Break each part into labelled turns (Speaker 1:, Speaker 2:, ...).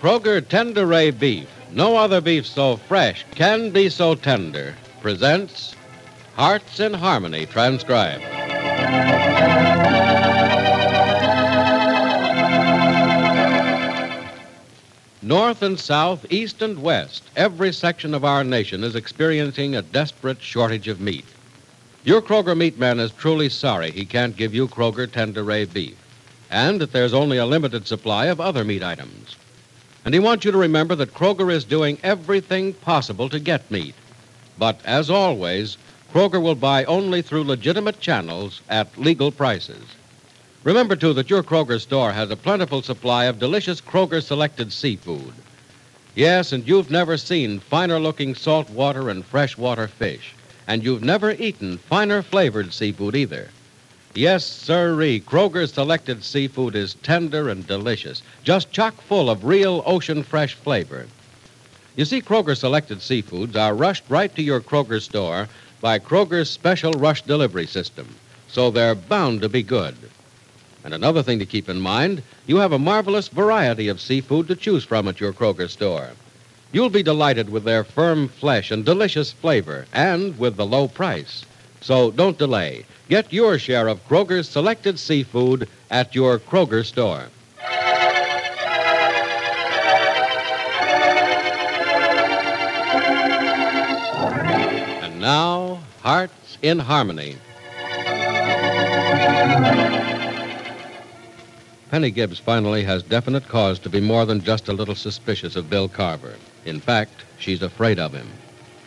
Speaker 1: Kroger Tenderay Beef, no other beef so fresh can be so tender, presents Hearts in Harmony, transcribed. North and south, east and west, every section of our nation is experiencing a desperate shortage of meat. Your Kroger meat man is truly sorry he can't give you Kroger Tenderay beef, and that there's only a limited supply of other meat items. And he wants you to remember that Kroger is doing everything possible to get meat. But as always, Kroger will buy only through legitimate channels at legal prices. Remember, too, that your Kroger store has a plentiful supply of delicious Kroger selected seafood. Yes, and you've never seen finer looking saltwater and freshwater fish. And you've never eaten finer flavored seafood either. Yes, sirree, Kroger's selected seafood is tender and delicious, just chock full of real ocean fresh flavor. You see, Kroger selected seafoods are rushed right to your Kroger store by Kroger's special rush delivery system, so they're bound to be good. And another thing to keep in mind you have a marvelous variety of seafood to choose from at your Kroger store. You'll be delighted with their firm flesh and delicious flavor, and with the low price. So don't delay. Get your share of Kroger's selected seafood at your Kroger store. And now, Hearts in Harmony. Penny Gibbs finally has definite cause to be more than just a little suspicious of Bill Carver. In fact, she's afraid of him,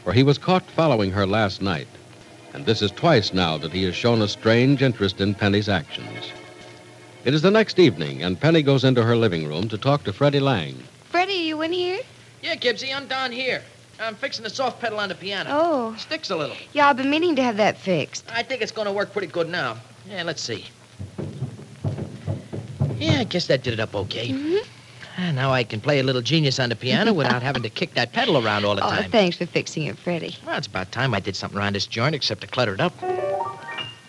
Speaker 1: for he was caught following her last night and this is twice now that he has shown a strange interest in Penny's actions. It is the next evening, and Penny goes into her living room to talk to Freddie Lang.
Speaker 2: Freddie, are you in here?
Speaker 3: Yeah, Gibbsy, I'm down here. I'm fixing the soft pedal on the piano.
Speaker 2: Oh,
Speaker 3: Sticks a little.
Speaker 2: yeah, I've been meaning to have that fixed.
Speaker 3: I think it's going to work pretty good now. Yeah, let's see. Yeah, I guess that did it up okay.
Speaker 2: Mm-hmm.
Speaker 3: Ah, Now I can play a little genius on the piano without having to kick that pedal around all the
Speaker 2: Oh,
Speaker 3: time.
Speaker 2: thanks for fixing it, Freddie.
Speaker 3: Well, it's about time I did something around this joint except to clutter it up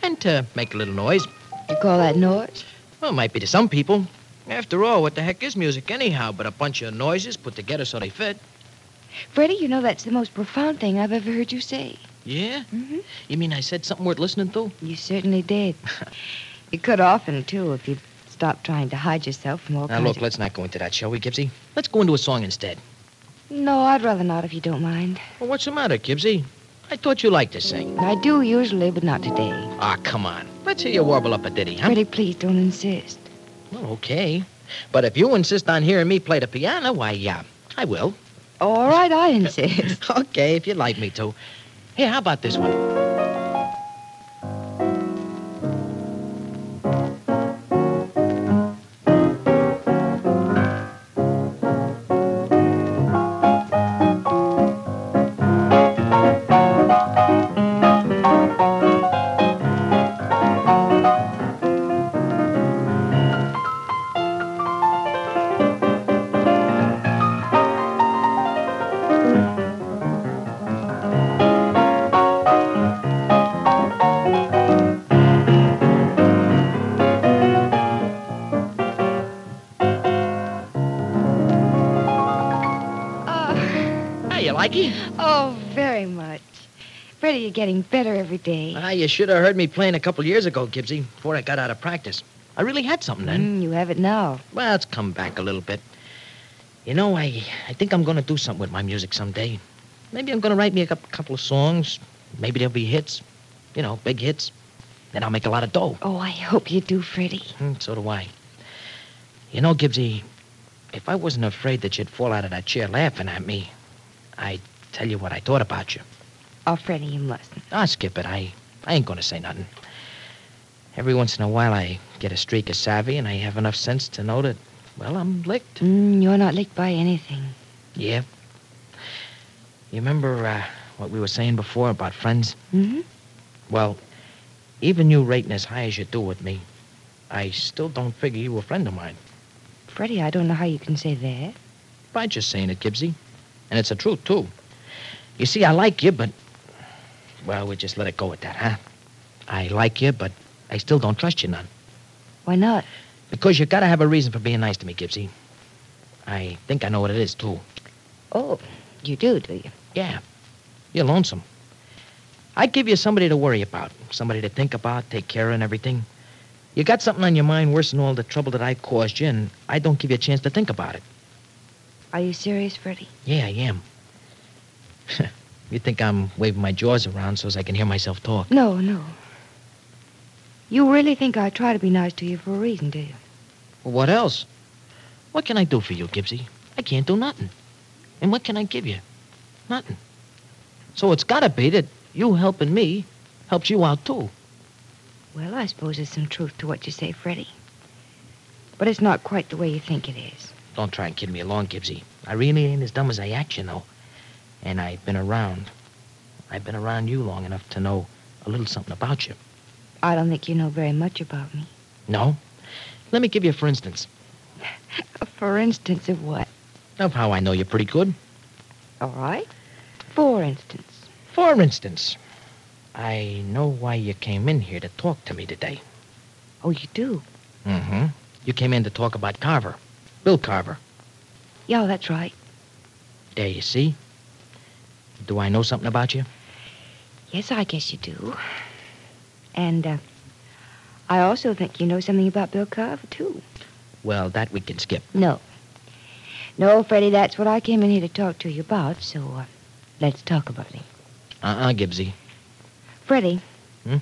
Speaker 3: and to make a little noise.
Speaker 2: You call that noise?
Speaker 3: Well, it might be to some people. After all, what the heck is music anyhow but a bunch of noises put together so they fit?
Speaker 2: Freddie, you know that's the most profound thing I've ever heard you say.
Speaker 3: Yeah?
Speaker 2: Mhm.
Speaker 3: You mean I said something worth listening to?
Speaker 2: You certainly did. you could often, too, if you'd stop trying to hide yourself from all
Speaker 3: Now,
Speaker 2: kinds
Speaker 3: look,
Speaker 2: of...
Speaker 3: let's not go into that, shall we, Gibbsy? Let's go into a song instead.
Speaker 2: No, I'd rather not, if you don't mind.
Speaker 3: Well, what's the matter, Gibbsy? I thought you liked to sing.
Speaker 2: I do usually, but not today.
Speaker 3: Ah, come on. Let's hear you warble up a ditty, huh?
Speaker 2: Freddie, please don't insist.
Speaker 3: Well, okay. But if you insist on hearing me play the piano, why, yeah, I will.
Speaker 2: All right, I insist.
Speaker 3: Okay, if you'd like me to. Here, how about this one? Ah, like him?
Speaker 2: Oh, very much. Freddie, you're getting better every day.
Speaker 3: Ah, you should have heard me playing a couple years ago, Gibbsy, before I got out of practice. I really had something then.
Speaker 2: Mm, you have it now.
Speaker 3: Well, it's come back a little bit. You know, I, I think I'm going to do something with my music someday. Maybe I'm going to write me a cou- couple of songs. Maybe they'll be hits. You know, big hits. Then I'll make a lot of dough.
Speaker 2: Oh, I hope you do, Freddie.
Speaker 3: Mm, so do I. You know, Gibbsy, if I wasn't afraid that you'd fall out of that chair laughing at me, I'd tell you what I thought about you.
Speaker 2: Oh, Freddie, you mustn't.
Speaker 3: Ah, skip it. I, I ain't going to say nothing. Every once in a while, I get a streak of savvy, and I have enough sense to know that, well, I'm licked.
Speaker 2: Mm, you're not licked by anything.
Speaker 3: Yeah. You remember uh, what we were saying before about friends?
Speaker 2: Mm-hmm.
Speaker 3: Well, even you rating as high as you do with me, I still don't figure you a friend of mine.
Speaker 2: Freddie, I don't know how you can say that.
Speaker 3: By just saying it, Gibbsy. And it's the truth, too. You see, I like you, but. Well, we just let it go at that, huh? I like you, but I still don't trust you none.
Speaker 2: Why not?
Speaker 3: Because you gotta have a reason for being nice to me, Gibbsy. I think I know what it is, too.
Speaker 2: Oh, you do, do you?
Speaker 3: Yeah. You're lonesome. I'd give you somebody to worry about, somebody to think about, take care of, and everything. You got something on your mind worse than all the trouble that I caused you, and I don't give you a chance to think about it.
Speaker 2: Are you serious, Freddie?
Speaker 3: Yeah, I am. you think I'm waving my jaws around so as I can hear myself talk?
Speaker 2: No, no. You really think I try to be nice to you for a reason, do you?
Speaker 3: Well, what else? What can I do for you, Gibbsy? I can't do nothing. And what can I give you? Nothing. So it's gotta be that you helping me helps you out too.
Speaker 2: Well, I suppose there's some truth to what you say, Freddie. But it's not quite the way you think it is.
Speaker 3: Don't try and kid me along, Gibbsy. I really ain't as dumb as I act, you know. And I've been around. I've been around you long enough to know a little something about you.
Speaker 2: I don't think you know very much about me.
Speaker 3: No? Let me give you a for instance
Speaker 2: Uh, For instance, of what?
Speaker 3: of how I know you're pretty good.
Speaker 2: All right. For instance.
Speaker 3: For instance, I know why you came in here to talk to me today.
Speaker 2: Oh, you do?
Speaker 3: Mm-hmm. You came in to talk about Carver. Bill Carver.
Speaker 2: Yeah, that's right.
Speaker 3: There you see. Do I know something about you?
Speaker 2: Yes, I guess you do. And uh, I also think you know something about Bill Carver, too.
Speaker 3: Well, that we can skip.
Speaker 2: No. No, Freddie, that's what I came in here to talk to you about, so uh, let's talk about it.
Speaker 3: Uh-uh, Gibbsy.
Speaker 2: Freddie.
Speaker 3: Hmm?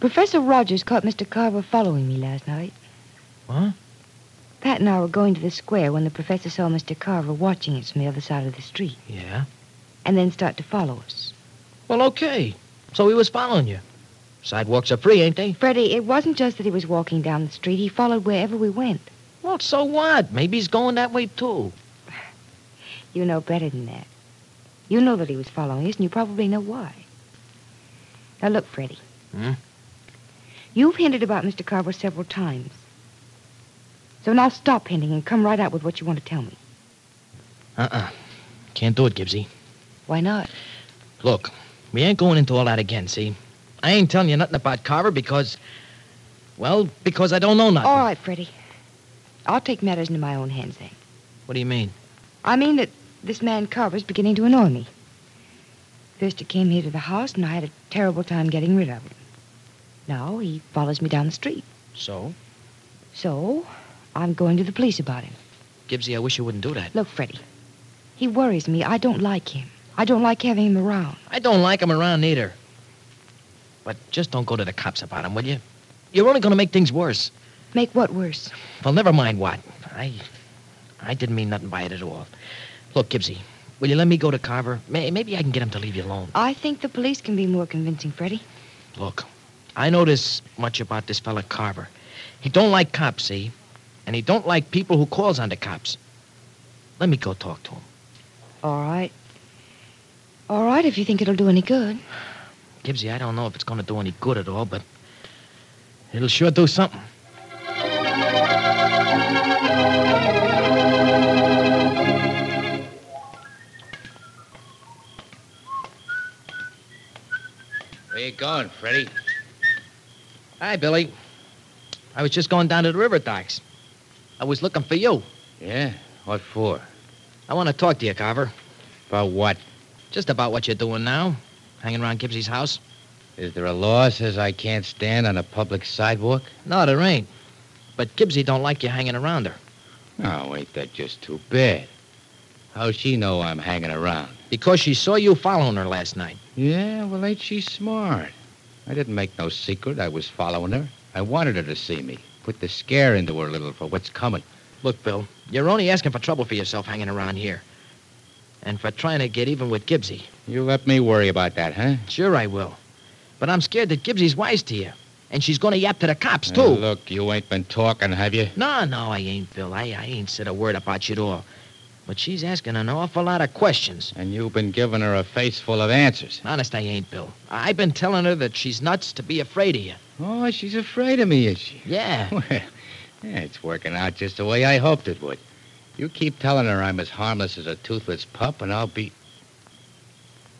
Speaker 2: Professor Rogers caught Mr. Carver following me last night.
Speaker 3: What?
Speaker 2: Pat and I were going to the square when the professor saw Mr. Carver watching us from the other side of the street
Speaker 3: Yeah.
Speaker 2: and then start to follow us.
Speaker 3: Well, okay. So he was following you. Sidewalks are free, ain't they?
Speaker 2: Freddie, it wasn't just that he was walking down the street. He followed wherever we went.
Speaker 3: Well, so what? Maybe he's going that way, too.
Speaker 2: You know better than that. You know that he was following us, and you probably know why. Now, look, Freddie.
Speaker 3: Hmm?
Speaker 2: You've hinted about Mr. Carver several times. So now stop hinting and come right out with what you want to tell me.
Speaker 3: Uh-uh. Can't do it, Gibbsy.
Speaker 2: Why not?
Speaker 3: Look, we ain't going into all that again, see? I ain't telling you nothing about Carver because... Well, because I don't know nothing.
Speaker 2: All right, Freddie. I'll take matters into my own hands then.
Speaker 3: What do you mean?
Speaker 2: I mean that this man Carver's beginning to annoy me. First, he came here to the house, and I had a terrible time getting rid of him. Now he follows me down the street.
Speaker 3: So?
Speaker 2: So, I'm going to the police about him.
Speaker 3: Gibbsy, I wish you wouldn't do that.
Speaker 2: Look, Freddie, he worries me. I don't like him. I don't like having him around.
Speaker 3: I don't like him around either. But just don't go to the cops about him, will you? You're only going to make things worse.
Speaker 2: Make what worse?
Speaker 3: Well, never mind what. I, I didn't mean nothing by it at all. Look, Gibbsy, will you let me go to Carver? May, maybe I can get him to leave you alone.
Speaker 2: I think the police can be more convincing, Freddie.
Speaker 3: Look, I know this much about this fella Carver. He don't like cops, see, and he don't like people who calls on the cops. Let me go talk to him,
Speaker 2: All right. All right, if you think it'll do any good.
Speaker 3: Gibbsy. I don't know if it's going to do any good at all, but it'll sure do something.
Speaker 4: Where you going, Freddy?
Speaker 3: Hi, Billy. I was just going down to the river docks. I was looking for you.
Speaker 4: Yeah? What for?
Speaker 3: I want to talk to you, Carver.
Speaker 4: About what?
Speaker 3: Just about what you're doing now. Hanging around Gibbsy's house?
Speaker 4: Is there a law says I can't stand on a public sidewalk?
Speaker 3: No, there ain't. But Gibbsy don't like you hanging around her.
Speaker 4: Oh, ain't that just too bad? How's she know I'm hanging around?
Speaker 3: Because she saw you following her last night.
Speaker 4: Yeah, well, ain't she smart? I didn't make no secret I was following her. I wanted her to see me. Put the scare into her a little for what's coming.
Speaker 3: Look, Bill, you're only asking for trouble for yourself hanging around here. And for trying to get even with Gibbsy.
Speaker 4: You let me worry about that, huh?
Speaker 3: Sure, I will. But I'm scared that Gibbsy's wise to you. And she's going to yap to the cops, too.
Speaker 4: Now, Uh, look, you ain't been talking, have you?
Speaker 3: No, no, I ain't, Bill. I, I ain't said a word about you at all. But she's asking an awful lot of questions.
Speaker 4: And you've been giving her a face full of answers.
Speaker 3: Honest, I ain't, Bill. I- I've been telling her that she's nuts to be afraid of you.
Speaker 4: Oh, she's afraid of me, is she?
Speaker 3: Yeah.
Speaker 4: Well, yeah, it's working out just the way I hoped it would. You keep telling her I'm as harmless as a toothless pup, and I'll be.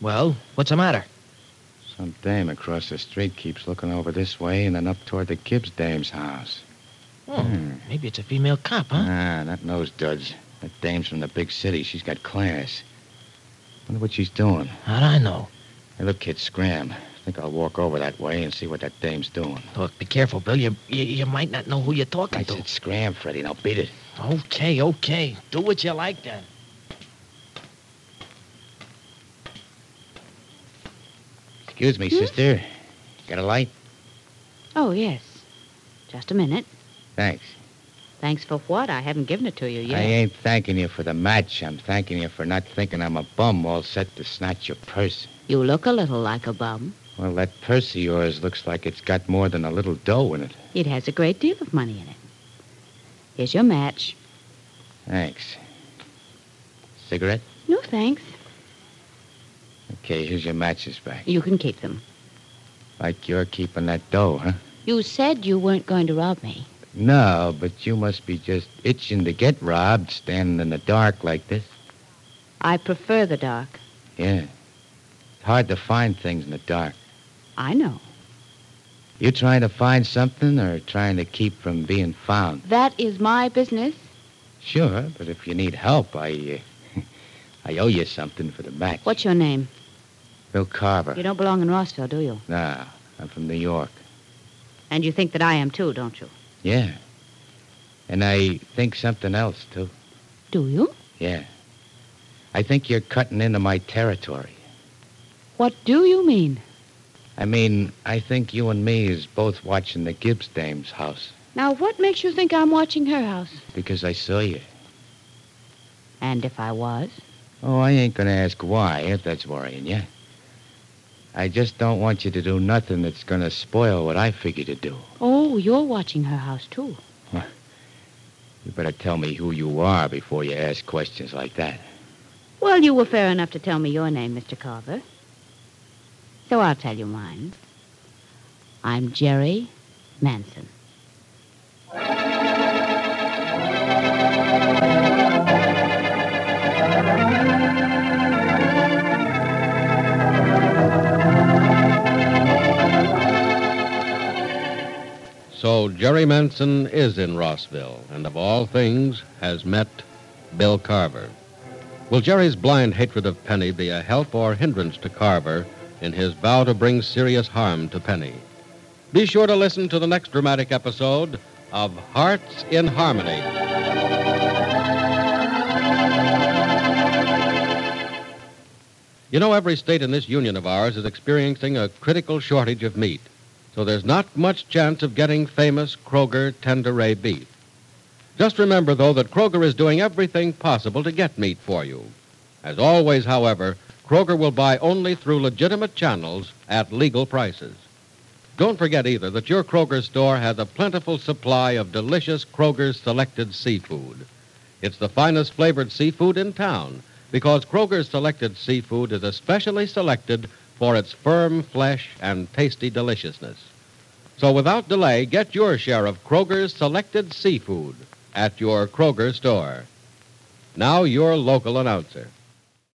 Speaker 3: Well, what's the matter?
Speaker 4: Some dame across the street keeps looking over this way and then up toward the Gibbs dame's house.
Speaker 3: Oh, maybe it's a female cop, huh?
Speaker 4: Ah, not nose duds. That dame's from the big city. She's got class. Wonder what she's doing.
Speaker 3: How'd I know?
Speaker 4: Hey, look, kid, scram. Think I'll walk over that way and see what that dame's doing.
Speaker 3: Look, be careful, Bill. You, you, you might not know who you're
Speaker 4: I
Speaker 3: talking to.
Speaker 4: said scram, Freddy. Now beat it.
Speaker 3: Okay, okay. Do what you like then.
Speaker 4: Excuse me, sister. Got a light?
Speaker 2: Oh, yes. Just a minute.
Speaker 4: Thanks.
Speaker 2: Thanks for what? I haven't given it to you
Speaker 4: I
Speaker 2: yet.
Speaker 4: ain't thanking you for the match. I'm thanking you for not thinking I'm a bum all set to snatch your purse.
Speaker 2: You look a little like a bum.
Speaker 4: Well, that purse of yours looks like it's got more than a little dough in it.
Speaker 2: It has a great deal of money in it. Here's your match.
Speaker 4: Thanks. Cigarette?
Speaker 2: No, thanks.
Speaker 4: Okay, here's your matches back.
Speaker 2: You can keep them.
Speaker 4: Like you're keeping that dough, huh?
Speaker 2: You said you weren't going to rob me.
Speaker 4: No, but you must be just itching to get robbed standing in the dark like this.
Speaker 2: I prefer the dark.
Speaker 4: Yeah. It's hard to find things in the dark.
Speaker 2: I know.
Speaker 4: You trying to find something or trying to keep from being found?
Speaker 2: That is my business.
Speaker 4: Sure, but if you need help, I uh, I owe you something for the match.
Speaker 2: What's your name?
Speaker 4: Bill Carver.
Speaker 2: You don't belong in Rossville, do you?
Speaker 4: No, I'm from New York.
Speaker 2: And you think that I am too, don't you?
Speaker 4: Yeah. And I think something else too.
Speaker 2: Do you?
Speaker 4: Yeah. I think you're cutting into my territory.
Speaker 2: What do you mean?
Speaker 4: I mean, I think you and me is both watching the Gibbs dame's house
Speaker 2: Now, what makes you think I'm watching her house?
Speaker 4: because I saw you.
Speaker 2: And if I was?
Speaker 4: Oh, I ain't gonna ask why if that's worrying you. I just don't want you to do nothing that's gonna spoil what I figure to do.
Speaker 2: Oh, you're watching her house, too.
Speaker 4: You better tell me who you are before you ask questions like that.
Speaker 2: Well, you were fair enough to tell me your name, Mr. Carver. So I'll tell you mine. I'm Jerry Manson.
Speaker 1: So Jerry Manson is in Rossville, and of all things, has met Bill Carver. Will Jerry's blind hatred of Penny be a help or hindrance to Carver in his vow to bring serious harm to Penny? Be sure to listen to the next dramatic episode of Hearts in Harmony. You know, every state in this union of ours is experiencing a critical shortage of meat so there's not much chance of getting famous Kroger Tenderay beef. Just remember, though, that Kroger is doing everything possible to get meat for you. As always, however, Kroger will buy only through legitimate channels at legal prices. Don't forget either that your Kroger store has a plentiful supply of delicious Kroger's selected seafood. It's the finest flavored seafood in town because Kroger's selected seafood is especially selected for its firm flesh and tasty deliciousness. So without delay, get your share of Kroger's selected seafood at your Kroger store. Now your local announcer.